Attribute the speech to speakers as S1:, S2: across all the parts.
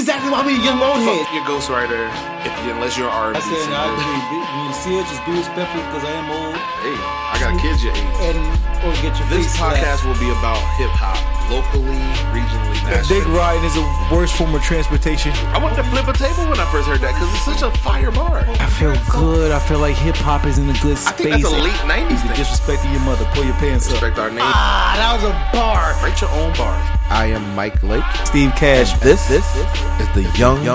S1: exactly why we young Roadhead.
S2: Fuck your ghostwriter, if unless you're R&B
S3: I said,
S2: singer.
S3: I agree. Be- When you see it, just be respectful because I am old
S2: hey, I got kids your age.
S3: and or get your
S2: This
S3: face
S2: podcast will be about hip hop, locally, regionally,
S4: Dick
S2: nationally.
S4: riding is the worst form of transportation.
S2: I wanted to flip a table when I first heard that because it's such a fire bar.
S4: I feel good. I feel like hip hop is in a good space.
S2: I think that's a late '90s thing.
S4: Disrespecting your mother, pull your pants up.
S2: Respect our name.
S3: Ah, that was a bar.
S2: Write your own bars. I am Mike Lake.
S4: Steve Cash.
S5: This, this is the Young,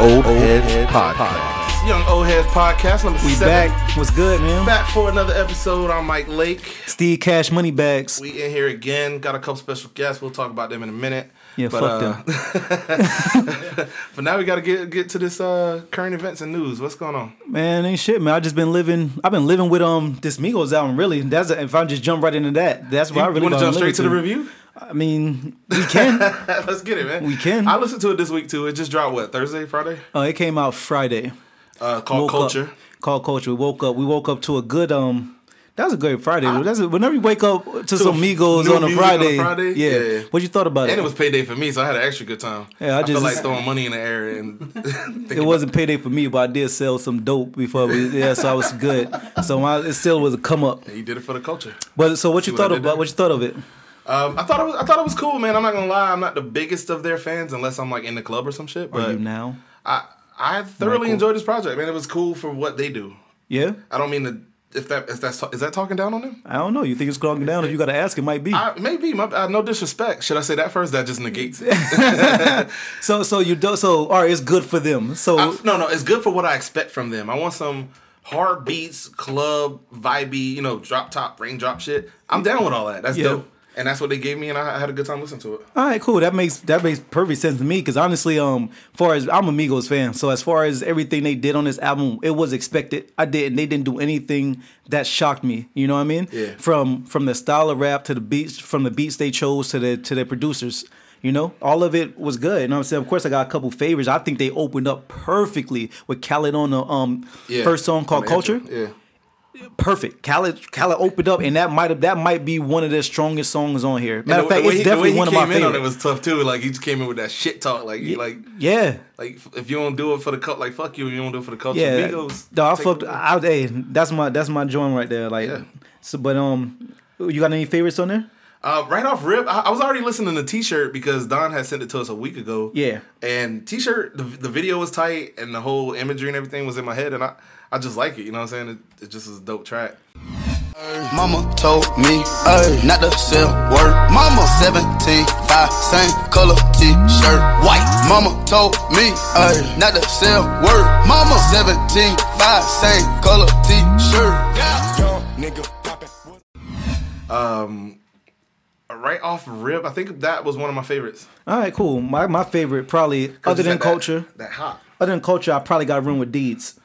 S5: Old, Heads, Podcast.
S2: Young Old Heads Podcast number
S4: We
S2: seven.
S4: back. What's good, man?
S2: Back for another episode. I'm Mike Lake.
S4: Steve Cash, money bags.
S2: We in here again. Got a couple special guests. We'll talk about them in a minute. uh,
S4: Yeah, fuck
S2: them. but now we got to get get to this uh, current events and news. What's going on?
S4: Man, ain't shit, man. I just been living. I've been living with um this Migos album. Really, that's a, if I just jump right into that. That's what I really
S2: you want to
S4: gonna
S2: jump straight
S4: live
S2: to the
S4: to.
S2: review?
S4: I mean, we can.
S2: Let's get it, man.
S4: We can.
S2: I listened to it this week too. It just dropped what Thursday, Friday.
S4: uh, it came out Friday.
S2: Uh, called
S4: Woke up-
S2: Culture.
S4: called culture. We woke up. We woke up to a good um. That was a great Friday. That's a, whenever you wake up to, some
S2: new
S4: Migos on a
S2: music on a
S4: Friday.
S2: Friday?
S4: Yeah.
S2: Yeah, yeah.
S4: What you thought about
S2: And
S4: it?
S2: it was payday for me, so I had an extra good time.
S4: Yeah, I
S2: felt
S4: just-
S2: like throwing money in the air and
S4: it wasn't payday for me, but I did sell some dope before we. Yeah, so I was good. So my, it still was a come up.
S2: he did it for the culture.
S4: But so what you
S2: See what I
S4: thought
S2: did there?
S4: about? What you thought of it?
S2: Um, I thought it was, I thought it was cool, man. I'm not gonna lie, I'm not the biggest of their fans unless I'm like in the club or some shit.
S4: Are you
S2: But
S4: now?
S2: I I thoroughly
S4: Michael?
S2: enjoyed this project, man. It was cool for what they do.
S4: Yeah.
S2: I don't mean to if that is that is that talking down on them.
S4: I don't know. You think it's going down? If you got to ask, it might be.
S2: I, maybe my, uh, no disrespect. Should I say that first? That just negates it.
S4: So so you do so all right, it's good for them. So
S2: I- no, no, it's good for what I expect from them. I want some hard beats, club vibey, you know, drop top, raindrop shit. I'm down with all that. That's
S4: Yeah.
S2: dope, and that's what they gave me, and I I had a good time listening to it.
S4: all right, cool. That makes that makes perfect sense to me because honestly, um, far as I'm a Migos fan, so as far as everything they did on this album, it was expected. I didn't. They didn't do anything that shocked me. You know what I mean?
S2: Yeah.
S4: From from the style of rap to the beats, from the beats they chose to the to their producers. You know, all of it was good. You know what I'm saying? Of course, I got a couple favors. I think they opened up perfectly with Khaled on the um first song called
S2: On the
S4: Culture.
S2: intro. Yeah.
S4: perfect. Khaled, Khaled opened up, and that might have that might be one of their strongest songs on here. Matter
S2: And
S4: of
S2: the-
S4: fact,
S2: the way
S4: it's
S2: he- the way
S4: definitely
S2: he
S4: one of my
S2: came in on
S4: favorites.
S2: It was tough too. Like he just came in with that shit talk. Like he like
S4: yeah,
S2: like if you don't do it for the cult, like fuck you. You don't do it for the culture.
S4: yeah.
S2: Migos,
S4: No, I
S2: take-
S4: fucked. I, hey, that's my that's my joint right there. Like,
S2: Yeah.
S4: so but um, you got any favorites on there?
S2: Uh, right off rip, I, I was already listening to T-shirt because Don had sent it to us a week ago.
S4: Yeah.
S2: and T-shirt, the, the video was tight, and the whole imagery and everything was in my head, and I, I just like it. You know what I'm saying? It, it just is a dope track.
S6: Mama told me, ay, not to sell word. Mama 17, 5, same color t-shirt, white. Mama told me, ay, not to sell word. Mama 17, 5, same color t-shirt.
S2: Uh, Right off rip, I think that was one of my favorites.
S4: All right, cool. My my favorite probably other
S2: Just
S4: than
S2: that-
S4: culture.
S2: that, that hot.
S4: Other than culture, I probably got room with deeds.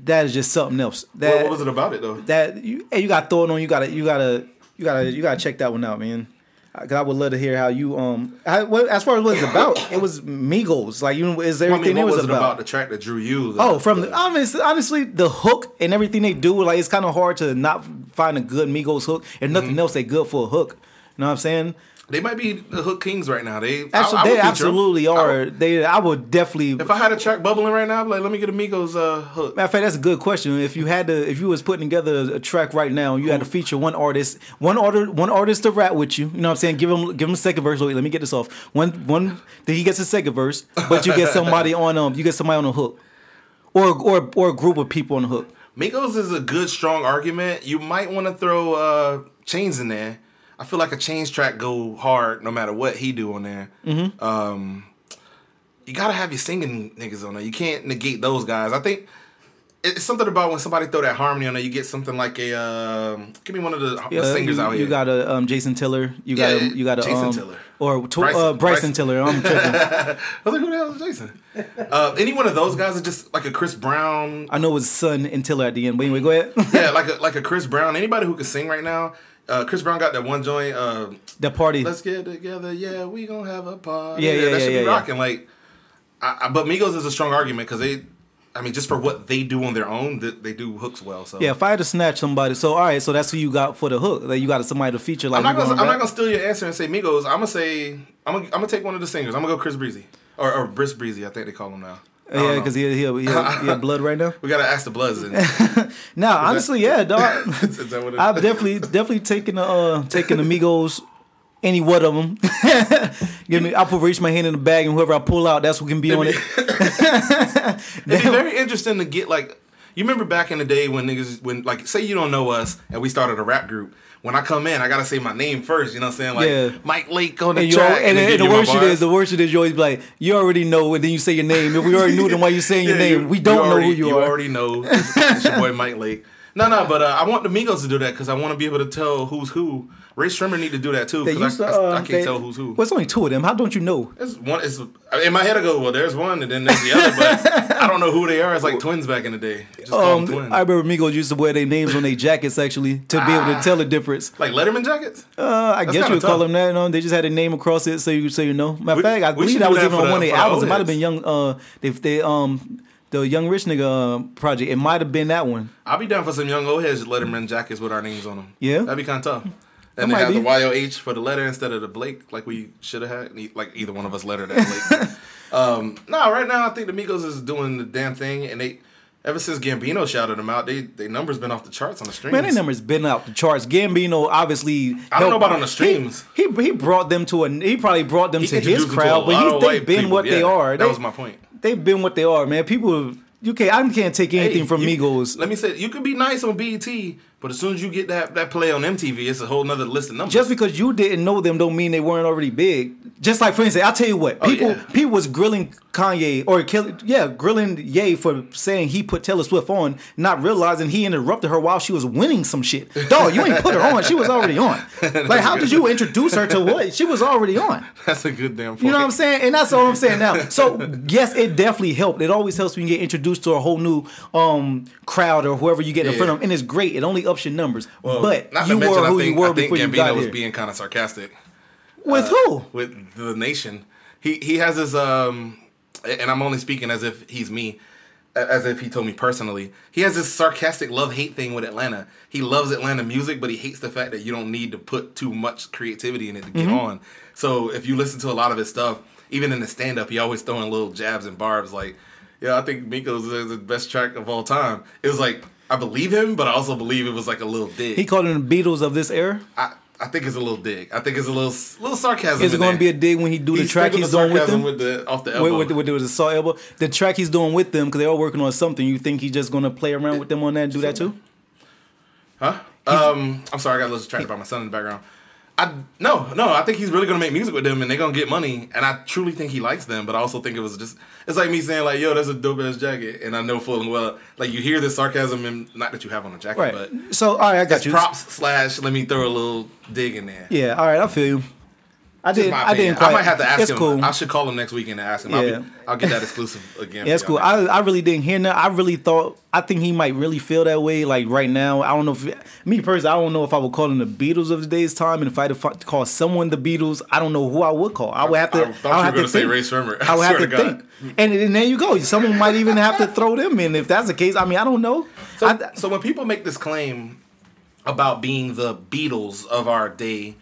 S4: That is just something else. That
S2: What, what was it about it though?
S4: that you hey, you got thrown on. You gotta you gotta you gotta you gotta check that one out, man. I- Cause I would love to hear how you um I, what, as far as what it's about. It was Migos, like you know, is
S2: I
S4: everything
S2: mean, what
S4: it was,
S2: was, it
S4: about.
S2: about the track that drew you?
S4: Oh, from the honest, honestly, the hook and everything they do, like it's kind of hard to not find a good Migos hook. If nothing
S2: Mm-hmm.
S4: else, they good for a hook. You know what I'm saying?
S2: They might be the hook kings right now. They
S4: Actually,
S2: I- I would
S4: they
S2: feature 'em.
S4: absolutely
S2: I
S4: are.
S2: would-
S4: they, I would definitely.
S2: if I had a track bubbling right now, I'd be like, let me get Amigos uh, hook.
S4: Matter of fact, that's a good question. If you had to, if you was putting together a track right now, and you had to feature one artist, one artist, one artist to rap with you. You know what I'm saying? Give him, give him a second verse. Wait, let me get this off. One, one. Then he gets a second verse, but you get somebody on um, you get somebody on a hook, or or or a group of people on the hook.
S2: Migos is a good, strong argument. You might want to throw uh, Chains in there. I feel like a Chains track go hard no matter what he do on there.
S4: Mm-hmm.
S2: Um, you gotta have your singing niggas on there. You can't negate those guys. I think it's something about when somebody throw that harmony on there, you get something like a um, give me one of the
S4: Uh,
S2: singers
S4: you,
S2: out here.
S4: You got a um, Jason Tiller. You
S2: Yeah,
S4: got a,
S2: yeah,
S4: you got a
S2: Jason
S4: um,
S2: Tiller.
S4: or to,
S2: Bryson-
S4: uh, Bryson,
S2: Bryson.
S4: Tiller. I'm tripping.
S2: I was like, who the hell is Jason? uh, any one of those guys are just like a Chris Brown.
S4: I know it was Son and Tiller at the end. But anyway, go ahead.
S2: Yeah, like a like a Chris Brown. Anybody who can sing right now. Uh, Chris Brown got that one joint. Uh,
S4: the party.
S2: Let's get together. Yeah, we gonna have a party.
S4: Yeah, yeah,
S2: that
S4: yeah,
S2: should
S4: yeah,
S2: be
S4: yeah.
S2: rocking. Like, I, I, but Migos is a strong argument because they, I mean, just for what they do on their own, they, they do hooks well. So
S4: Yeah, if I had to snatch somebody, so all right, so that's who you got for the hook. Like you got somebody to feature. Like
S2: I'm not
S4: you
S2: gonna,
S4: gonna
S2: I'm not
S4: rap?
S2: gonna steal your answer and say Migos. I'm gonna say I'm gonna, I'm gonna take one of the singers. I'm gonna go Chris Breezy. or, or Briss Breezy, I think they call him now. I don't
S4: Yeah,
S2: know.
S4: because he he he, he had blood right now.
S2: we gotta ask the Bloods. And,
S4: No, honestly, yeah, dog.
S2: is that what it-
S4: I've definitely definitely taken the uh, taken the Migos, any one of them. Give me, I put reach my hand in the bag and whoever I pull out, that's who can be on it.
S2: It'd be very interesting to get like you remember back in the day when niggas when like say you don't know us and we started a rap group. When I come in, I gotta say my name first. You know what I'm saying? Like
S4: Yeah.
S2: Mike Lake on the
S4: And, you
S2: track.
S4: al- and, and
S2: then
S4: the
S2: give you my
S4: worst it
S2: bars.
S4: is, the worst it is, you always be like, you already know, and then you say your name. If we already knew, then why you saying your
S2: Yeah,
S4: name?
S2: you-
S4: we don't know
S2: already-
S4: who you, are.
S2: already know. It's, it's your boy Mike Lake. No, no, but uh, I want the Migos to do that because I want to be able to tell who's who. Ray Sherman need to do that too
S4: They used
S2: because I,
S4: to,
S2: I- I
S4: uh,
S2: can't
S4: they-
S2: tell who's who.
S4: Well, it's only two of them. How don't you know?
S2: It's one. It's in my head. I go, well, there's one, and then there's the other. But I don't know who they are. It's like twins back in the day. Just call
S4: Um,
S2: them Oh, twins.
S4: I remember Migos used to wear their names on their jackets actually to be able to tell the difference.
S2: like Letterman jackets.
S4: Uh, I guess
S2: Ah, kinda
S4: you would call
S2: tough.
S4: them that. No, they just had a name across it, so you so you know. Matter of
S2: We-
S4: fact, I
S2: we
S4: believe
S2: should do
S4: that was
S2: that
S4: even
S2: for
S4: on
S2: the-
S4: one of
S2: for
S4: their
S2: the
S4: albums. It
S2: old
S4: might have been
S2: heads.
S4: Young. Uh, they they um the Young Rich Nigga uh, project. It might have been that one.
S2: I'll be down for some young old heads Letterman jackets with our names on them.
S4: Yeah.
S2: that'd be kind of tough. And they
S4: might
S2: have the
S4: be.
S2: YOH for the letter instead of the Blake, like we should have had. E- Like either one of us letter that Blake. um, no, right now I think the Migos is doing the damn thing, and they ever since Gambino shouted them out, they they numbers been off the charts on the streams.
S4: Man, their numbers been out the charts. Gambino obviously.
S2: I don't know about on the streams.
S4: He, he he brought them to a. He probably brought them
S2: He
S4: to his
S2: introduced them to a
S4: crowd,
S2: lot
S4: but
S2: of
S4: he, they've
S2: white
S4: been
S2: people,
S4: what they
S2: yeah.
S4: are.
S2: That
S4: They-
S2: was my point.
S4: They've been what they are, man. People, you can't. I can't take anything
S2: Hey,
S4: from
S2: you-
S4: Migos.
S2: Let me say, you can be nice on BET, but as soon as you get that, that play on MTV, it's a whole nother list of numbers.
S4: just because you didn't know them don't mean they weren't already big. Just like for instance, I'll tell you what, people
S2: Oh, yeah.
S4: people was grilling Kanye or kill, yeah, grilling Ye for saying he put Taylor Swift on, not realizing he interrupted her while she was winning some shit. Dog, you ain't put her on. She was already on. Like how did you introduce her to what? She was already on.
S2: that's a good damn point.
S4: You know what I'm saying? And that's all I'm saying now. So yes, it definitely helped. It always helps when you get introduced to a whole new um crowd or whoever you get in front of, and it's great. It only ups your numbers. but
S2: Not
S4: you
S2: to mention,
S4: were who
S2: I think,
S4: you were
S2: I think
S4: before
S2: Gambino
S4: you got
S2: was
S4: here.
S2: being kind of sarcastic uh,
S4: With who?
S2: with the nation. He he has his um, and I'm only speaking as if he's me, a- as if he told me personally. He has this sarcastic love hate thing with Atlanta. He loves Atlanta music, but he hates the fact that you don't need to put too much creativity in it to
S4: Mm-hmm.
S2: get on. So if you listen to a lot of his stuff, even in the stand up, he always throwing little jabs and barbs like, "Yeah, I think Miko's is the best track of all time." It was like. I believe him, but I also believe it was like a little dig.
S4: He called them the Beatles of this era.
S2: I, I think it's a little dig. I think it's a little little sarcasm.
S4: Is it
S2: in
S4: going to
S2: there.
S4: be a dig when he do the track
S2: thinking
S4: he's
S2: of
S4: doing with
S2: sarcasm
S4: them?
S2: the off the
S4: With,
S2: elbow.
S4: with, with, with the saw elbow, the track he's doing with them because they're all working on something. You think he's just going to play around with them on that and do that too?
S2: um, I'm sorry, I got a little distracted by my son in the background. I no no. I think he's really gonna make music with them, and they're gonna get money. And I truly think he likes them, but I also think it was just it's like me saying like, "Yo, that's a dope ass jacket," and I know full and well like you hear this sarcasm, and not that you have on a jacket,
S4: Right.
S2: but
S4: so all right, I got
S2: that's
S4: you.
S2: props slash. Let me throw a little dig in there.
S4: Yeah, all right, I feel you. I
S2: Just
S4: didn't.
S2: my
S4: I
S2: opinion.
S4: didn't quite.
S2: I might have to ask
S4: it's
S2: him.
S4: Cool.
S2: I should call him next weekend and ask him. I'll,
S4: Yeah.
S2: be, I'll get that exclusive again.
S4: Yeah,
S2: for
S4: that's
S2: y'all
S4: cool.
S2: next
S4: I, I really didn't hear that. I really thought I think he might really feel that way. Like right now, I don't know if me personally, I don't know if I would call him the Beatles of today's time, and if I had to fu- call someone the Beatles, I don't know who I would call. I would have to.
S2: I
S4: I,
S2: thought
S4: would have
S2: you were
S4: to
S2: gonna say
S4: think.
S2: Ray Sherman.
S4: I would
S2: I
S4: have to
S2: swear to God.
S4: think. And, and there you go. Someone might even have to throw them in if that's the case. I mean, I don't know.
S2: So,
S4: I,
S2: so when people make this claim about being the Beatles of our day,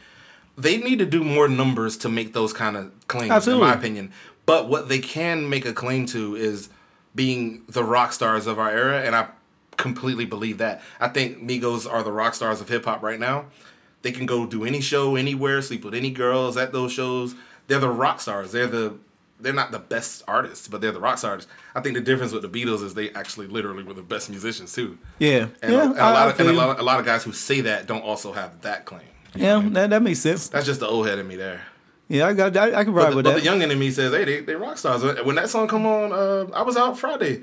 S2: they need to do more numbers to make those kind of claims,
S4: Absolutely.
S2: in my opinion. But what they can make a claim to is being the rock stars of our era, and I completely believe that. I think Migos are the rock stars of hip hop right now. They can go do any show anywhere, sleep with any girls at those shows. They're the rock stars. They're the they're not the best artists, but they're the rock stars. I think the difference with the Beatles is they actually literally were the best musicians too.
S4: Yeah.
S2: And,
S4: Yeah,
S2: a, and a
S4: I-
S2: lot
S4: I
S2: of, and a,
S4: feel you.
S2: lot, a lot of guys who say that don't also have that claim.
S4: yeah, that, that makes sense.
S2: That's just the old head in me there.
S4: Yeah, I got. I, I can ride
S2: But, the,
S4: with
S2: but
S4: that.
S2: the young in me says, hey, they, they rock stars. When that song come on, uh, I was out Friday.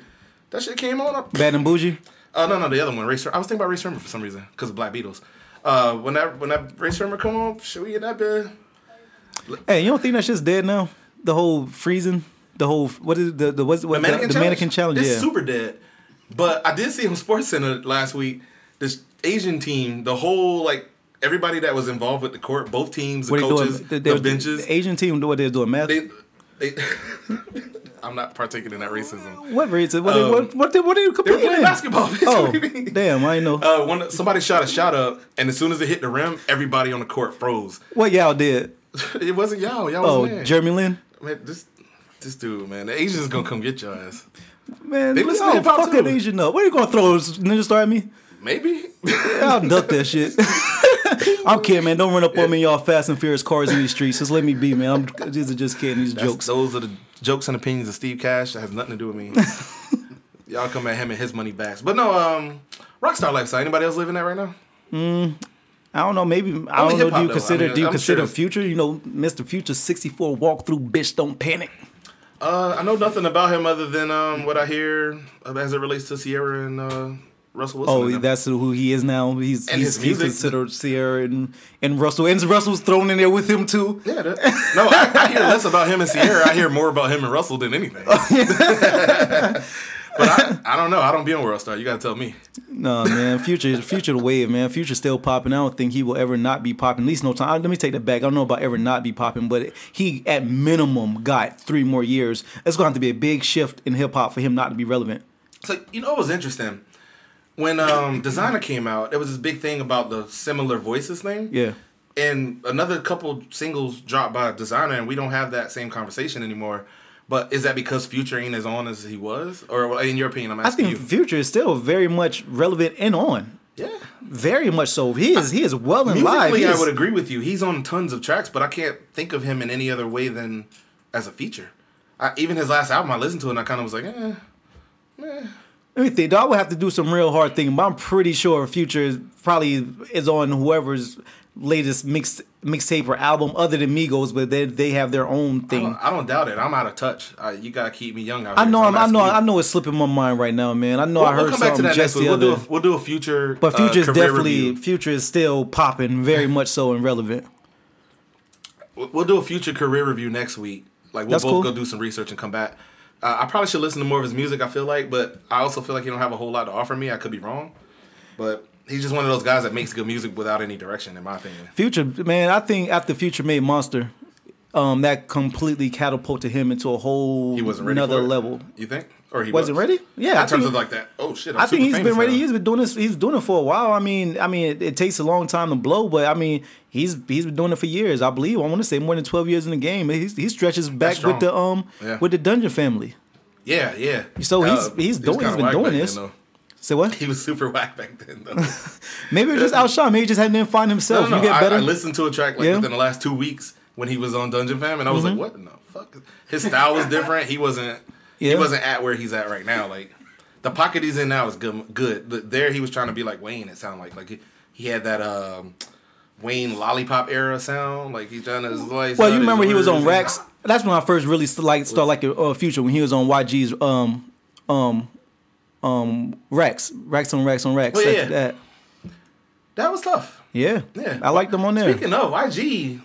S2: That shit came on. I-
S4: Bad and bougie.
S2: uh, no, no, the other one, Ray. Sher- I was thinking about Ray Sherman for some reason because of Black Beatles. Uh, when that when that Ray Sherman come on, should we get that bit?
S4: Hey, you don't think that shit's dead now? The whole freezing. The whole what is the the what's what,
S2: The mannequin
S4: the,
S2: challenge.
S4: mannequin challenge?
S2: It's
S4: yeah.
S2: super dead. But I did see on Sports Center last week this Asian team, the whole like everybody that was involved with the court, both teams, the
S4: What they doing?
S2: coaches,
S4: They- they-
S2: the benches,
S4: The Asian team do what they're doing math.
S2: they, they I'm not partaking in that racism.
S4: what race? What, they- what, what, they- what are you
S2: um, They were
S4: competing
S2: playing
S4: in?
S2: basketball. bitch.
S4: Oh,
S2: What do you mean?
S4: damn! I ain't know.
S2: Uh, one, somebody shot a shot up, and as soon as it hit the rim, everybody on the court froze.
S4: what y'all did?
S2: It wasn't y'all. Y'all
S4: Oh,
S2: was there.
S4: Jeremy Lin.
S2: Man, this, This dude, man, the Asians gonna come get your ass.
S4: Man,
S2: They
S4: they listen
S2: listen to hip-hop
S4: fuck
S2: too.
S4: that Asian up. What are you gonna throw Ninja Star at me?
S2: Maybe.
S4: I'll duck that shit. I'm kidding, man. Don't run up on me, y'all fast and furious cars in these streets. Just let me be, man. I'm these are just kidding. These
S2: Jokes.
S4: jokes.
S2: Those are the jokes and opinions of Steve Cash that has nothing to do with me. Y'all come at him and his money backs. But no, um, Rockstar lifestyle. Anybody else living that right now?
S4: I don't know. Maybe I
S2: Only
S4: don't know.
S2: hip-hop,
S4: Do you
S2: though.
S4: consider?
S2: I mean,
S4: do you
S2: I'm
S4: consider
S2: sure.
S4: future? You know, Mr. Future, sixty four walkthrough. Bitch, don't panic.
S2: Uh, I know nothing about him other than um what I hear uh, as it relates to Sierra and uh, Russell Wilson.
S4: Oh,
S2: and them.
S4: that's who he is now. He's
S2: And
S4: he's,
S2: his
S4: he's
S2: music.
S4: considered Sierra and, and Russell. And Russell's thrown in there with him too.
S2: Yeah, that, no, I, I hear less about him and Sierra. I hear more about him and Russell than anything.
S4: Oh,
S2: but I, I don't know. I don't be on Worldstar. You gotta tell me.
S4: No man, future future the wave man. Future still popping. I don't think he will ever not be popping. At least no time. I- Let me take that back. I don't know about ever not be popping, but he at minimum got three more years. That's going to have to be a big shift in hip hop for him not to be relevant.
S2: So you know what was interesting? When um, Designer came out, there was this big thing about the similar voices thing.
S4: Yeah.
S2: And another couple singles dropped by Designer, and we don't have that same conversation anymore. But is that because Future ain't as on as he was, or well, in your opinion? I'm
S4: I
S2: asking
S4: think
S2: you.
S4: Future is still very much relevant and on.
S2: yeah.
S4: Very much so. He is he is well and live.
S2: Musically,
S4: He
S2: I
S4: is-
S2: would agree with you. He's on tons of tracks, but I can't think of him in any other way than as a feature. I, even his last album, I listened to it and I kind of was like, eh.
S4: Let me think. though, I would have to do some real hard thinking, but I'm pretty sure Future is probably is on whoever's latest mixed mixtape or album, other than Migos, but they they have their own
S2: I
S4: thing.
S2: don't, I don't doubt it. I'm out of touch. I, you gotta keep me young out
S4: I
S2: here,
S4: know,
S2: so
S4: I'm, I
S2: asking
S4: know,
S2: you.
S4: I know it's slipping my mind right now, man. I know
S2: We'll,
S4: I heard
S2: we'll come back to
S4: something
S2: that
S4: just
S2: next
S4: the
S2: week. We'll do
S4: other.
S2: a, we'll do a future,
S4: but
S2: uh,
S4: Future's
S2: career
S4: definitely
S2: review.
S4: Future is still popping, very much so and relevant.
S2: We'll- We'll do a future career review next week. Like we'll
S4: That's
S2: both
S4: cool.
S2: go do some research and come back. Uh, I probably should listen to more of his music. I feel like, but I also feel like he don't have a whole lot to offer me. I could be wrong, but he's just one of those guys that makes good music without any direction, in my opinion.
S4: Future, man, I think after Future made Monster, um, that completely catapulted him into a whole
S2: he wasn't ready
S4: another
S2: for it?
S4: level.
S2: You think, or he
S4: Wasn't
S2: was?
S4: ready? Yeah, I
S2: in terms
S4: think-
S2: of like that. Oh shit! I'm
S4: I think
S2: super
S4: he's
S2: famous
S4: been ready.
S2: now.
S4: He's been doing this. He's doing it for a while. I mean, I mean, it, it takes a long time to blow, but I mean, he's he's been doing it for years. I believe. I want to say more than twelve years in the game. He's, he stretches back
S2: strong.
S4: with the um
S2: Yeah.
S4: with the Dungeon family.
S2: yeah, yeah.
S4: So he's- he's
S2: he was
S4: doing- he's
S2: kinda
S4: been
S2: whack
S4: doing
S2: back
S4: this.
S2: Then, though.
S4: Say what?
S2: he was super whack back then. Though. no,
S4: Maybe it was just outshone. Maybe he just hadn't find himself.
S2: no, no.
S4: You get
S2: I,
S4: better.
S2: I listened to a track like
S4: Yeah. Mm-hmm.
S2: within the last two weeks when he was on Dungeon Fam, and I was like, what? No, fuck. His style was different. He wasn't. He
S4: Yeah.
S2: wasn't at where he's at right now. Like the pocket he's in now is good. Good. The- There he was trying to be like Wayne. It sounded like like he, he had that. um Wayne lollipop era sound like he's trying to.
S4: well, you remember he was on Racks. That's when I first really st- like start like uh, Future when he was on YG's um um um Racks Racks on Racks on Racks
S2: Well,
S4: like
S2: Oh, yeah.
S4: that.
S2: That was tough.
S4: Yeah,
S2: Yeah.
S4: I liked them on there.
S2: Speaking of YG,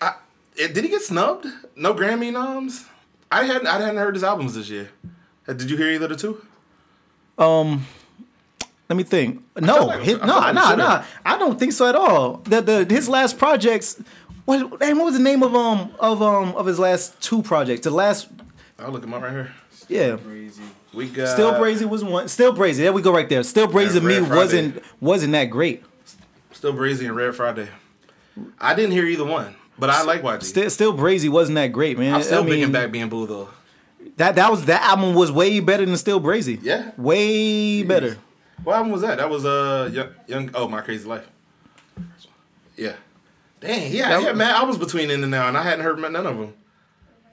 S2: I, it, did he get snubbed? No Grammy noms. I hadn't I hadn't heard his albums this year. Uh, Did you hear either of the two?
S4: Let me think. No,
S2: like-
S4: his,
S2: I feel
S4: no,
S2: like we
S4: no,
S2: should've.
S4: no. I don't think so at all. The, the his last projects. What, damn, what was the name of um of um of his last two projects? The last
S2: I'll look him up right here.
S4: yeah.
S3: Crazy.
S2: We got
S4: Still Brazy was one. Still Brazy. There we go right there. Still Brazy to
S2: Red
S4: me
S2: Friday.
S4: wasn't wasn't that great.
S2: Still Brazy and Red Friday. I didn't hear either one, but I like YG.
S4: Still, still Brazy wasn't that great, man.
S2: I'm still
S4: I mean,
S2: bigging back being boo though.
S4: that that was that album was way better than Still Brazy.
S2: Yeah.
S4: way better.
S2: What album was that? That was uh young, young oh my crazy life. Yeah. Dang, yeah, I had mad albums between then and now, and I hadn't heard none of them.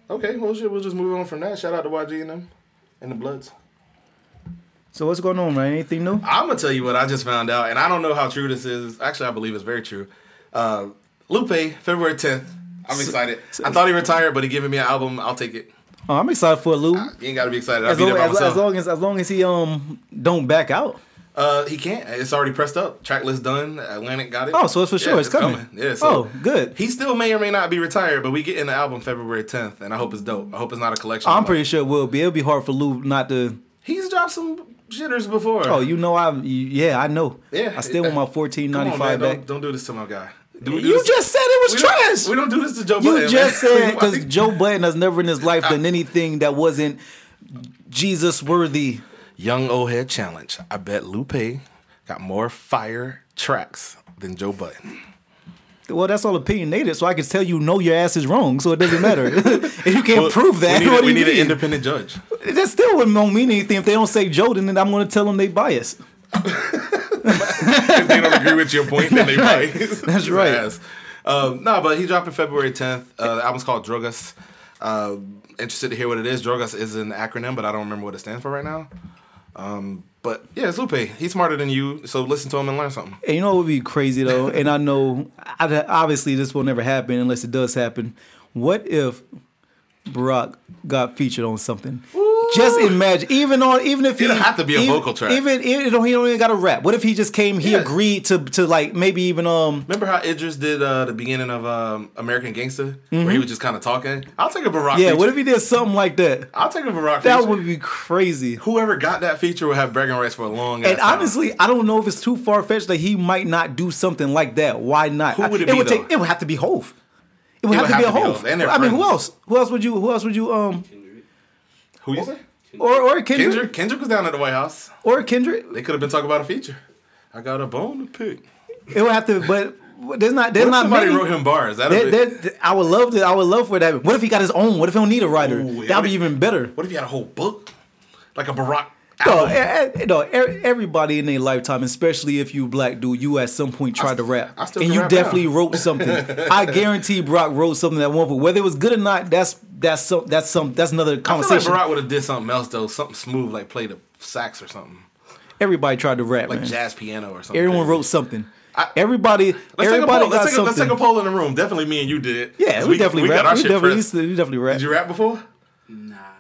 S2: Okay, well shit, we'll just move on from that. Shout out to YG and them and the Bloods.
S4: So what's going on, man? Anything new?
S2: I'm gonna tell you what I just found out, and I don't know how true this is. Actually, I believe it's very true. Uh, Lupe, February 10th. I'm excited. I thought he retired, but he giving me an album. I'll take it.
S4: Oh, I'm excited for Lou.
S2: You ain't gotta be excited. I'll
S4: As
S2: be there
S4: long
S2: by
S4: as, as
S2: myself.
S4: long as as long as he um don't back out.
S2: Uh, he can't. It's already pressed up. Track list done. Atlantic got it.
S4: Oh, so it's for sure.
S2: Yeah,
S4: It's coming.
S2: Yeah. So
S4: Oh, good.
S2: He still may or may not be retired, but we get in the album February 10th, and I hope it's dope. I hope it's not a collection.
S4: I'm pretty sure it will be. It'll be hard for Lou not to.
S2: He's dropped some jitters before.
S4: Oh, you know I. Yeah, I know.
S2: Yeah.
S4: I still want my fourteen
S2: Come
S4: ninety
S2: on, man.
S4: five
S2: Don't,
S4: back.
S2: don't do this to my guy. Do we do
S4: You
S2: this-
S4: just said it
S2: we
S4: was
S2: don't-
S4: trash.
S2: We don't do this to Joe.
S4: You
S2: Budden,
S4: just
S2: man.
S4: said
S2: I
S4: because
S2: think-
S4: Joe Button has never in his life done
S2: Ah.
S4: anything that wasn't Jesus worthy.
S2: Young Old Head Challenge. I bet Lupe got more fire tracks than Joe Button.
S4: Well, that's all opinionated, so I can tell you no, your ass is wrong, so it doesn't matter. if you can't prove that,
S2: We need,
S4: what do
S2: we
S4: you
S2: need an
S4: mean?
S2: independent judge.
S4: that still wouldn't don't mean anything if they don't say Joe. Then I'm going to tell them they biased.
S2: if they don't agree with your point, then they right. That's
S4: right.
S2: Um, no, but he dropping February 10th. Uh, the album's called Drugas. Uh, interested to hear what it is. Drugas is an acronym, but I don't remember what it stands for right now. Um, but yeah, it's Lupe. He's smarter than you, so listen to him and learn something.
S4: And you know what would be crazy though, and I know I, obviously this will never happen unless it does happen. What if Barack got featured on something? Just imagine, even on even if
S2: It'd
S4: he
S2: have to be a
S4: even-
S2: vocal track.
S4: Even, even he don't even got a rap. What if he just came? He
S2: Yeah.
S4: agreed to to like maybe even um
S2: Remember how Idris did uh, the beginning of um, American Gangster, where he was just kind of talking? I'll take a Barack.
S4: Mm-hmm. yeah.
S2: feature.
S4: What if he did something like that?
S2: I'll take a Barack.
S4: That
S2: feature.
S4: would be crazy.
S2: Whoever got that feature will have bragging rights for a long.
S4: And
S2: ass time.
S4: honestly, I don't know if it's too far fetched that he might not do something like that. Why not?
S2: Who would it
S4: I,
S2: be,
S4: would
S2: though?
S4: it would have to be Hove. It would, have, to be a Hove.
S2: and they're
S4: I mean, who
S2: friends.
S4: else? Who else would you? Who else would you? Um,
S2: who you say?
S4: or or Kendrick,
S2: Kendrick. Kendrick was down at the White House.
S4: or Kendrick.
S2: They could have been talking about a feature. I got a bone to pick.
S4: It would have to. But there's not. There's
S2: What if
S4: not
S2: somebody
S4: many.
S2: wrote him bars? That'd
S4: There-
S2: be,
S4: there- I would love to. I would love for that. What if he got his own? What if he don't need a writer?
S2: Ooh, yeah,
S4: That'd be
S2: what-
S4: even better.
S2: what if you had a whole book, like a Barack?
S4: No,
S2: album?
S4: e- e- no, e- everybody in their lifetime, especially if you black dude, you at some point tried to rap,
S2: I still
S4: and
S2: can
S4: you
S2: rap
S4: definitely
S2: now.
S4: wrote something. I guarantee Brock wrote something at one point, whether it was good or not. That's that's some that's some that's another
S2: I feel like
S4: conversation.
S2: Barack would have did something else though, something smooth like play the sax or something,
S4: everybody tried to rap,
S2: like
S4: man.
S2: jazz piano or something.
S4: Everyone
S2: crazy.
S4: wrote something. everybody,
S2: Let's take a
S4: everybody got
S2: poll. Let's take a,
S4: something.
S2: let's take a poll in the room. Definitely me and you did.
S4: yeah,
S2: 'Cause
S4: we, definitely
S2: we
S4: rap.
S2: got our
S4: we
S2: shit
S4: definitely,
S2: pressed.
S4: we definitely rap.
S2: Did
S4: You,
S2: you rap before?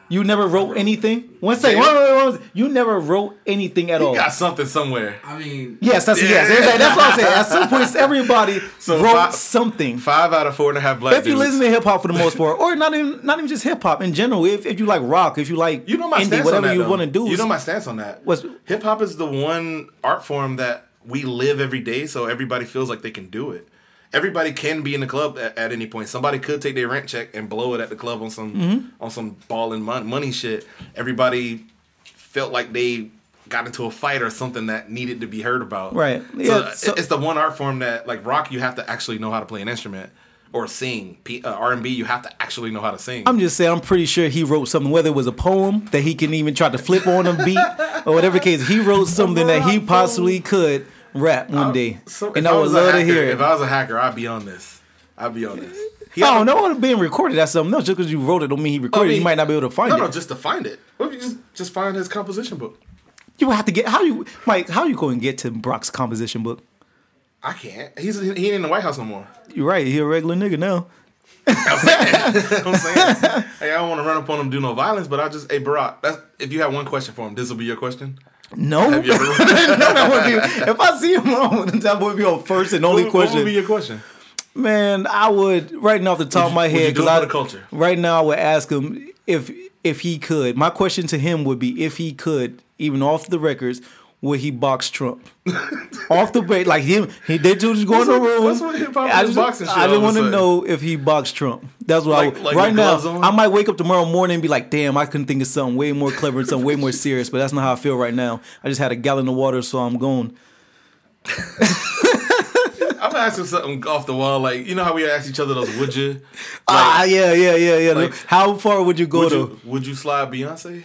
S4: never wrote anything. One second,
S2: Yeah.
S4: wait, wait, wait, wait. you never wrote anything at all.
S2: You got something somewhere.
S1: I mean,
S4: Yes, that's
S2: Yeah.
S4: yes. That's, that's what I'm saying. At some point, everybody
S2: So
S4: wrote
S2: five-
S4: something.
S2: Five out of four and a half black
S4: if you
S2: dudes.
S4: listen to hip hop for the most part, or not even not even just hip hop in general, if, if you like rock, if you like
S2: You know my
S4: indie,
S2: stance
S4: whatever
S2: on that.
S4: you
S2: though.
S4: want to do,
S2: You know my stance on that.
S4: What's-
S2: Hip hop is the one art form that we live every day, so everybody feels like they can do it. Everybody can be in the club at, at any point. Somebody could take their rent check and blow it at the club on some
S4: Mm-hmm.
S2: on some balling mon- money shit. Everybody felt like they got into a fight or something that needed to be heard about.
S4: Right.
S2: So
S4: Yeah,
S2: it-
S4: so-
S2: it's the one art form that like rock. You have to actually know how to play an instrument or sing. P- uh, R and B. You have to actually know how to sing.
S4: I'm just saying, I'm pretty sure he wrote something, whether it was a poem that he can even try to flip on a beat or whatever case, he wrote something that he possibly could rap one day,
S2: So if
S4: and I would
S2: was a
S4: love to
S2: hacker-
S4: hear
S2: If
S4: it. Oh,
S2: I was a hacker, I'd be on this. I'd be on this. He
S4: I
S2: had
S4: don't
S2: a-
S4: know it being recorded. That's something else. Just because you wrote it, don't mean he recorded. it.
S2: mean-
S4: you might not be able to find
S2: No,
S4: it.
S2: no, just to find it. What if you just just find his composition book?
S4: you have to get how you Mike. How you going to get to Brock's composition book?
S2: I can't. He's he ain't in the White House no more.
S4: You're right. He a regular nigga now.
S2: I'm saying, hey, I don't want to run up on him, do no violence, but I just, hey, Barack, that's, if you had one question for him, this will be your question.
S4: No.
S2: Have you ever? what,
S4: No, that would be- if I see him on, that would be your first and only
S2: would- what
S4: question.
S2: would be your question?
S4: Man, I would right now off the top of my
S2: would you
S4: head
S2: do it
S4: I
S2: for the culture?
S4: right now I would ask him if if he could. My question to him would be if he could, even off the records, would he box Trump off the break like him? He they do just go in the
S2: What's with-
S4: room.
S2: what's with hip-hop and
S4: I just,
S2: this boxing shit
S4: I
S2: all
S4: just
S2: of a
S4: want to
S2: sudden?
S4: know if he boxed Trump. That's what I
S2: Like-
S4: would.
S2: like
S4: right
S2: with
S4: now,
S2: gloves on?
S4: I might wake up tomorrow morning and be like, damn, I couldn't think of something way more clever and something way more serious. But that's not how I feel right now. I just had a gallon of water, so I'm gone.
S2: I'm gonna ask him something off the wall, like you know how we ask each other those would you,
S4: ah, yeah, yeah, yeah, yeah.
S2: like-
S4: How far would you go
S2: would
S4: to?
S2: you, would you slide Beyonce?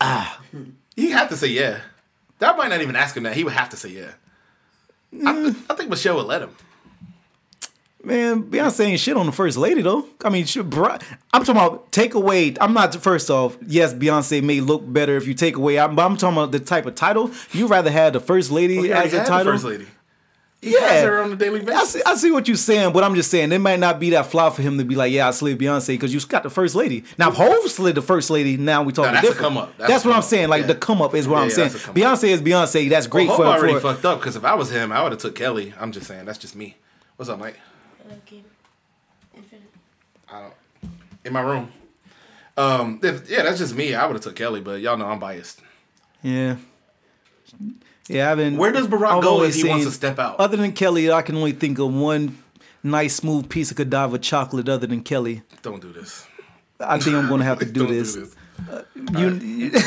S2: Ah, he had to say yeah. That might not even ask him that. He would have to say yeah. I, th- I think Michelle would let him.
S4: Man, Beyonce ain't shit on the first lady though. I mean, she, bro, I'm talking about take away. I'm not first off. Yes, Beyonce may look better if you take away. I'm, but I'm talking about the type of title. You rather had the first lady
S2: Oh, He already
S4: as a
S2: had the
S4: title.
S2: first lady. He
S4: Yeah.
S2: has her on a daily
S4: I
S2: basis.
S4: see, I see what you're saying, but I'm just saying it might not be that fly for him to be like, yeah, I slid Beyonce because you got the first lady. Now, if Hove slid the first lady. Now we talking
S2: that's a
S4: different.
S2: come up.
S4: That's,
S2: That's a
S4: what
S2: come
S4: I'm
S2: up.
S4: saying. Like
S2: Yeah.
S4: the come up is what
S2: Yeah,
S4: I'm
S2: yeah,
S4: saying.
S2: that's a come up.
S4: Beyonce is Beyonce. That's great
S2: Hope
S4: for,
S2: I already
S4: for
S2: fucked up because if I was him, I would have took Kelly. I'm just saying that's just me. What's up, Mike?
S7: Okay. Infinite.
S2: In my room. Um, if, yeah, that's just me. I would have took Kelly, but y'all know I'm biased.
S4: Yeah. Yeah, I've been.
S2: Where does Barack
S4: I've
S2: go
S4: always
S2: if he wants
S4: seen-
S2: to step out?
S4: Other than Kelly, I can only think of one nice, smooth piece of cadaver chocolate other than Kelly.
S2: Don't do this.
S4: I think I'm going to have to do
S2: Don't
S4: this.
S2: do this.
S4: You, you-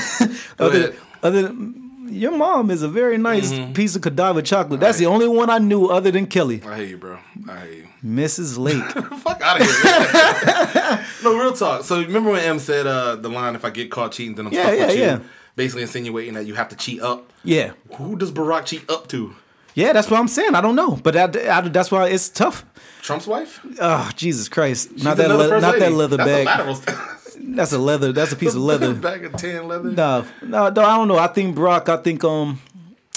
S4: other,
S2: ahead.
S4: other than your mom is a very nice
S2: Mm-hmm.
S4: piece of cadaver chocolate. That's the only one I knew other than Kelly.
S2: I hate you, bro. I hate you.
S4: Mrs. Lake.
S2: Fuck out of here. no, real talk. So remember when M said uh, the line, "If I get caught cheating, then I'm
S4: Yeah,
S2: stuck
S4: yeah,
S2: with you,"
S4: yeah.
S2: basically insinuating that you have to cheat up.
S4: yeah.
S2: Who does Barack cheat up to?
S4: Yeah, that's what I'm saying. I don't know. But that, I, that's why it's tough.
S2: Trump's wife? She's
S4: Oh, Jesus Christ. not that
S2: another
S4: leather,
S2: first
S4: not that
S2: lady.
S4: leather
S2: That's
S4: bag.
S2: A lateral st-
S4: that's a leather. That's a piece of leather.
S2: bag of tan leather.
S4: No, no, no, I don't know. I think Brock. I think um,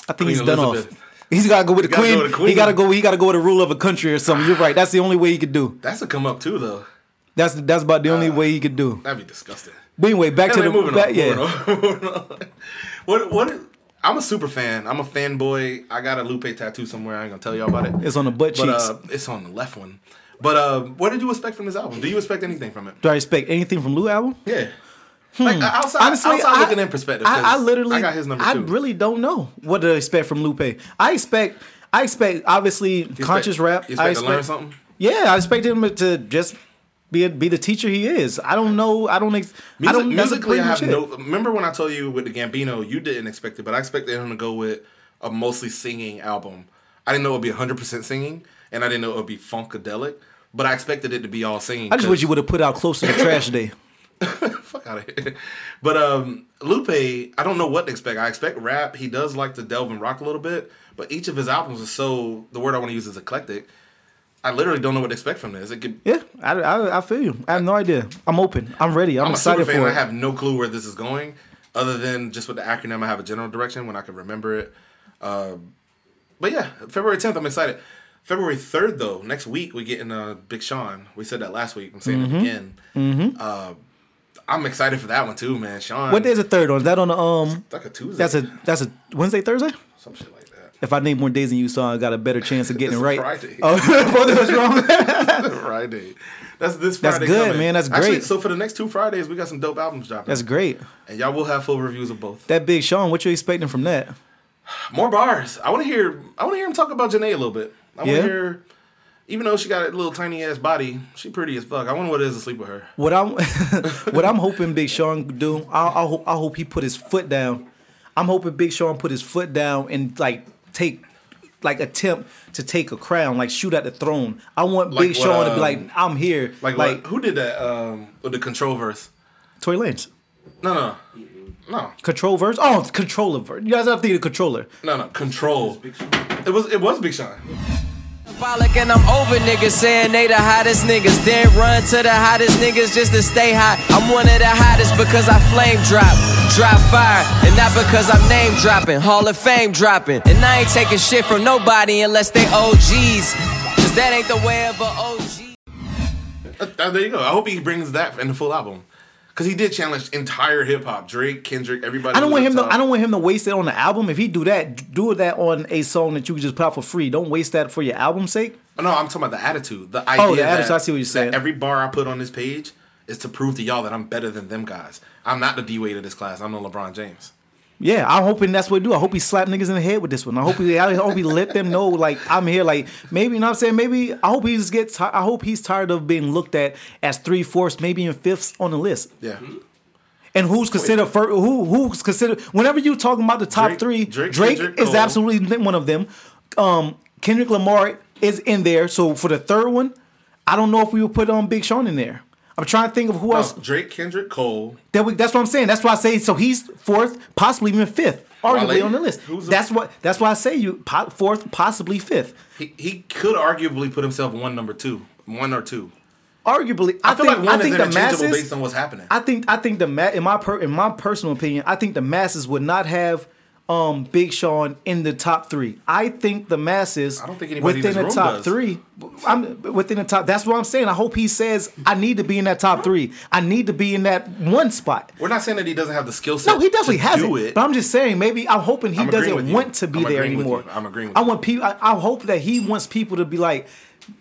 S4: I think
S2: Queen
S4: he's done
S2: Elizabeth.
S4: off. He's got to go with the
S2: gotta go
S4: queen.
S2: with the queen.
S4: He got to go. He got to go with the rule of a country or something. You're right. That's the only way he could do.
S2: That's a come up too, though.
S4: That's that's about the only way he could do.
S2: That'd be disgusting.
S4: But anyway, back to
S2: Uh, Anyway,
S4: the
S2: moving
S4: back,
S2: on.
S4: yeah.
S2: Moving on. moving on. what? What? I'm a super fan. I'm a fanboy. I got a Lupe tattoo somewhere. I ain't gonna tell y'all about it.
S4: It's on the butt
S2: but,
S4: cheeks.
S2: Uh, it's on the left one. But uh, what did you expect from this album? Do you expect anything from it?
S4: Do I expect anything from Lou album?
S2: Yeah. Like outside, outside looking in perspective.
S4: I,
S2: 'cause
S4: I literally,
S2: I got his number
S4: I
S2: two.
S4: really don't know what to expect from Lupe. I expect, I expect obviously conscious rap.
S2: You
S4: I
S2: expect to learn something?
S4: Yeah, I expect him to just be a, be the teacher he is. I don't know. I don't. Ex- I
S2: Music,
S4: don't that's
S2: musically,
S4: pretty
S2: I
S4: much
S2: have
S4: it.
S2: no. Remember when I told you with the Gambino, you didn't expect it, but I expected him to go with a mostly singing album. I didn't know it would be 100% singing, and I didn't know it would be funkadelic, but I expected it to be all singing.
S4: I just wish you would have put out closer to Trash Day.
S2: fuck out of here. But um, Lupe, I don't know what to expect. I expect rap. He does like to delve and rock a little bit, but each of his albums is so. The word I want to use is eclectic. I literally don't know what to expect from this. It could.
S4: Yeah, I, I, I feel you. I have no idea. I'm open. I'm ready. I'm,
S2: I'm a super
S4: excited
S2: fan.
S4: for
S2: I
S4: it.
S2: have no clue where this is going, other than just with the acronym. I have a general direction when I can remember it. Um, but yeah, February 10th, I'm excited. February 3rd, though, next week we get in uh, Big Sean. We said that last week. I'm saying
S4: Mm-hmm.
S2: it again. Uh, I'm excited for that one too, man. Sean,
S4: what day is the third one? Is that on the um?
S2: It's like a Tuesday.
S4: That's a that's a Wednesday Thursday.
S2: some shit like that.
S4: If I need more days than you, so I got a better chance of getting it
S2: It's a
S4: right.
S2: Friday.
S4: Oh, both of us wrong.
S2: Friday. That's this
S4: That's
S2: Friday.
S4: good,
S2: coming.
S4: man. That's
S2: Actually,
S4: great.
S2: so for the next two Fridays, we got some dope albums dropping.
S4: That's great.
S2: and y'all will have full reviews of both.
S4: That Big Sean. What you expecting from that?
S2: More bars. I want to hear. I want to hear him talk about Janae a little bit. I want to
S4: Yeah.
S2: hear. Even though she got a little tiny ass body, she pretty as fuck. I wonder what it is to sleep with her.
S4: What I'm what I'm hoping Big Sean do, I, I hope I hope he put his foot down. I'm hoping Big Sean put his foot down and like take like attempt to take a crown, like shoot at the throne. I want
S2: Like
S4: Big
S2: what,
S4: Sean to be
S2: um,
S4: like, I'm here.
S2: Like,
S4: Like,
S2: like who did that? Um, with the control verse.
S4: Tory Lanez.
S2: No, no, no,
S4: Control verse? Oh, it's controller verse. You guys have to the controller.
S2: no, no. Control. It was. It was Big Sean.
S1: Symbolic and I'm over niggas saying they the hottest niggas. Then run to the hottest niggas just to stay hot. I'm one of the hottest because I flame drop, drop fire, and not because I'm name dropping, Hall of Fame dropping. And I ain't taking shit from nobody unless they OGs. Cause that ain't the way of a OG.
S2: Uh, uh, there you go. I hope he brings that in the full album, because he did challenge entire hip hop. Drake, Kendrick, everybody.
S4: I don't
S2: was
S4: want
S2: up
S4: him to
S2: top.
S4: I don't want him to waste it on the album. If he do that, do that on a song that you can just put out for free. Don't waste that for your album's sake.
S2: No, I'm talking about the attitude. The idea.
S4: Oh, the
S2: that-
S4: attitude, I see what you're
S2: that
S4: saying.
S2: Every bar I put on this page is to prove to y'all that I'm better than them guys. I'm not the D Wade of this class. I'm the LeBron James.
S4: Yeah, I'm hoping that's what it do. I hope he slapped niggas in the head with this one. I hope he, I hope he let them know like I'm here. Like maybe you know what I'm saying. Maybe I hope he's get. Ti- I hope he's tired of being looked at as three fourths, maybe even fifths on the list.
S2: Yeah.
S4: And who's considered fir- who who's considered whenever you talking about the top
S2: Drake-
S4: three,
S2: Drake,
S4: Drake,
S2: Kendrick,
S4: is
S2: Cole.
S4: absolutely one of them. Um, Kendrick Lamar is in there. So for the third one, I don't know if we would put um Big Sean in there. I'm trying to think of who
S2: No,
S4: else.
S2: Drake, Kendrick, Cole.
S4: That we, that's what I'm saying. That's why I say so. He's fourth, possibly even fifth, arguably
S2: Wale?
S4: on the list.
S2: Who's the-
S4: that's what. That's why I say you po- fourth, possibly fifth.
S2: He, he could arguably put himself one number two, one or two.
S4: Arguably, I,
S2: I feel
S4: think.
S2: like one
S4: I
S2: is
S4: think the
S2: interchangeable
S4: masses.
S2: based on what's happening.
S4: I think. I think the ma- in my per- in my personal opinion, I think the masses would not have um Big Sean in the top three. I think the masses.
S2: I don't think anybody
S4: within
S2: in this
S4: the
S2: room
S4: top
S2: does.
S4: three. I'm within the top. That's what I'm saying. I hope he says I need to be in that top three. I need to be in that one spot.
S2: We're not saying that he doesn't have the skill set.
S4: No, he definitely
S2: to
S4: has
S2: do
S4: it, But I'm just saying, maybe I'm hoping he
S2: I'm agreeing with
S4: doesn't
S2: you.
S4: want to be
S2: I'm
S4: there
S2: agreeing with
S4: anymore.
S2: you. I'm agreeing with
S4: I
S2: you.
S4: want people. I, I hope that he wants people to be like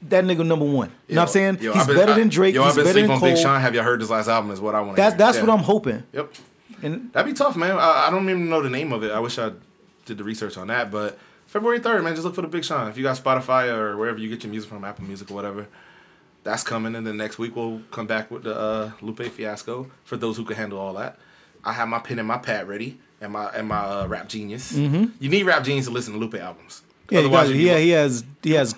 S4: that nigga number one. you know what I'm saying?
S2: Yo,
S4: He's
S2: I've been-
S4: better
S2: I-
S4: than Drake.
S2: Yo,
S4: He's
S2: I've been
S4: better
S2: sleeping
S4: than
S2: on Big
S4: Cole.
S2: Sean. Have you all heard his last album? Is what I want.
S4: That's that's what I'm
S2: hoping.
S4: hoping.
S2: Yep.
S4: And
S2: That'd be tough, man. I, I don't even know the name of it. I wish I did the research on that. But February 3rd, man, just look for the Big Sean. If you got Spotify or wherever you get your music from, Apple Music or whatever, that's coming. And then next week, we'll come back with the uh, Lupe Fiasco for those who can handle all that. I have my pen and my pad ready, and my and my uh, rap genius. You need rap genius to listen to Lupe albums.
S4: Mm-hmm. Yeah, he, got,
S2: you
S4: yeah, he has he has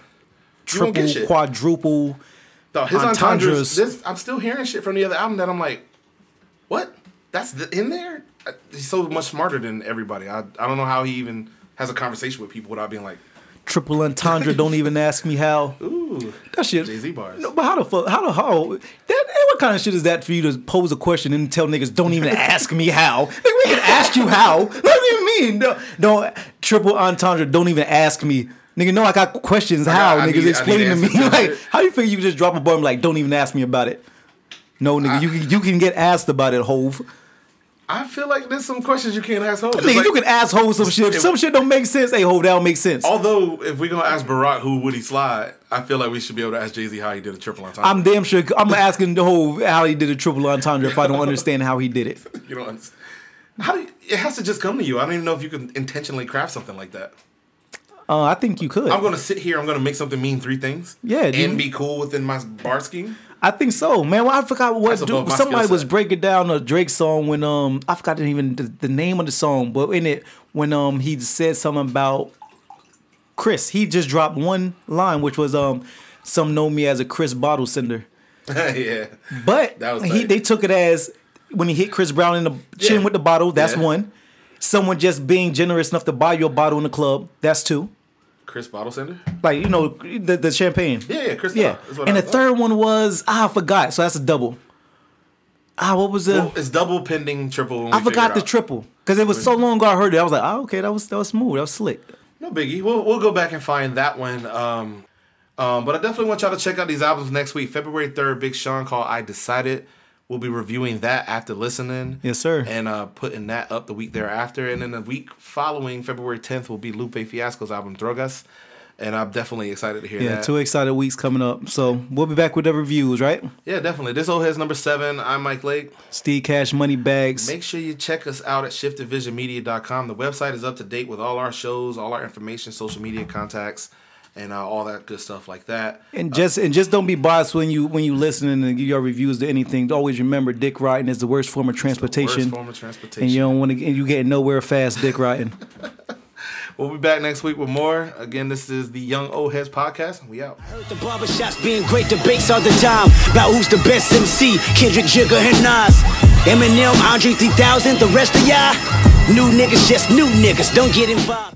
S2: You won't get
S4: triple,
S2: shit.
S4: quadruple.
S2: No, his entendres.
S4: Entendres.
S2: This, I'm still hearing shit from the other album that I'm like, what? That's the, in there. Uh, He's so much smarter than everybody. I I don't know how he even has a conversation with people without being like,
S4: triple entendre. Don't even ask me how.
S2: ooh,
S4: That shit.
S2: Jay-Z bars.
S4: No, but how the fuck? How the how? That eh, what kind of shit is that for you to pose a question and tell niggas don't even ask me how? Like, we can ask you how. What do you mean? No, no triple entendre. Don't even ask me. Nigga, no, I got questions. How? niggas
S2: I need- I need
S4: explain to me.
S2: answers to that
S4: like,
S2: shit.
S4: how you figure you can just drop a bomb? Like, don't even ask me about it. No, nigga, you can you can get asked about it, Hove.
S2: I feel like there's some questions you can't ask. Hov. It's
S4: Nigga,
S2: like-
S4: you can ask Hove some shit. If some shit don't make sense, hey Hove, that don't make sense.
S2: Although, if we're gonna ask Barack who would he slide, I feel like we should be able to ask Jay Z how he did a triple on time.
S4: I'm damn sure I'm asking the whole how he did a triple entendre if I don't understand how he did it.
S2: you know, it's- how do you, it has to just come to you. I don't even know if you can intentionally craft something like that.
S4: Uh, I think you could.
S2: I'm gonna sit here. I'm gonna make something mean three things.
S4: Yeah,
S2: and
S4: dude.
S2: be cool within my bar scheme.
S4: I think so, man. Well, I forgot what
S2: That's
S4: dude,
S2: above my
S4: somebody
S2: skill
S4: was
S2: set.
S4: breaking down a Drake song when um I forgot even the, the name of the song, but in it when um he said something about Chris, he just dropped one line which was um some know me as a Chris bottle sender,
S2: yeah,
S4: but
S2: That was
S4: he
S2: tight.
S4: they took it as when he hit Chris Brown in the chin
S2: Yeah.
S4: with the bottle. That's
S2: Yeah.
S4: one. Someone just being generous enough to buy you a bottle in the club. That's two.
S2: Chris Bottle Sender.
S4: like you know the, the champagne.
S2: Yeah, yeah, Chris.
S4: yeah.
S2: That's what
S4: And
S2: I
S4: the
S2: thought.
S4: third one was ah, I forgot. So that's a double. Ah, what was the?
S2: Well, it's double pending triple. when
S4: I
S2: we figure
S4: forgot
S2: it
S4: the
S2: out.
S4: triple because it was so long ago I heard it. I was like, ah, okay, that was that was smooth. That was slick.
S2: No biggie. We'll we'll go back and find that one. Um, um, but I definitely want y'all to check out these albums next week. February third, Big Sean called "I Decided." We'll be reviewing that after listening.
S4: Yes, sir.
S2: And uh, putting that up the week thereafter, and then the week following, February tenth, will be Lupe Fiasco's album "Drogas," and I'm definitely excited to hear
S4: Yeah,
S2: that.
S4: two excited weeks coming up. So we'll be back with the reviews, right?
S2: Yeah, definitely. This old head's number seven. I'm Mike Lake.
S4: Steve Cash, Money Bags.
S2: Make sure you check us out at shiftdivisionmedia.com. The website is up to date with all our shows, all our information, social media contacts, and uh, all that good stuff like that.
S4: And just and just don't be biased when you when you listening and give your reviews to anything. Always remember, dick riding is the worst form of transportation.
S2: Worst form of
S4: and you
S2: transportation.
S4: don't want to. And you getting nowhere fast, dick riding.
S2: We'll be back next week with more. Again, this is the Young Old Heads Podcast. We out.
S8: The barbershops being great debates all the time about who's the best MC, Kendrick Jigga and Nas. Eminem, Andre 3000, the rest of y'all. New niggas, just new niggas, don't get involved.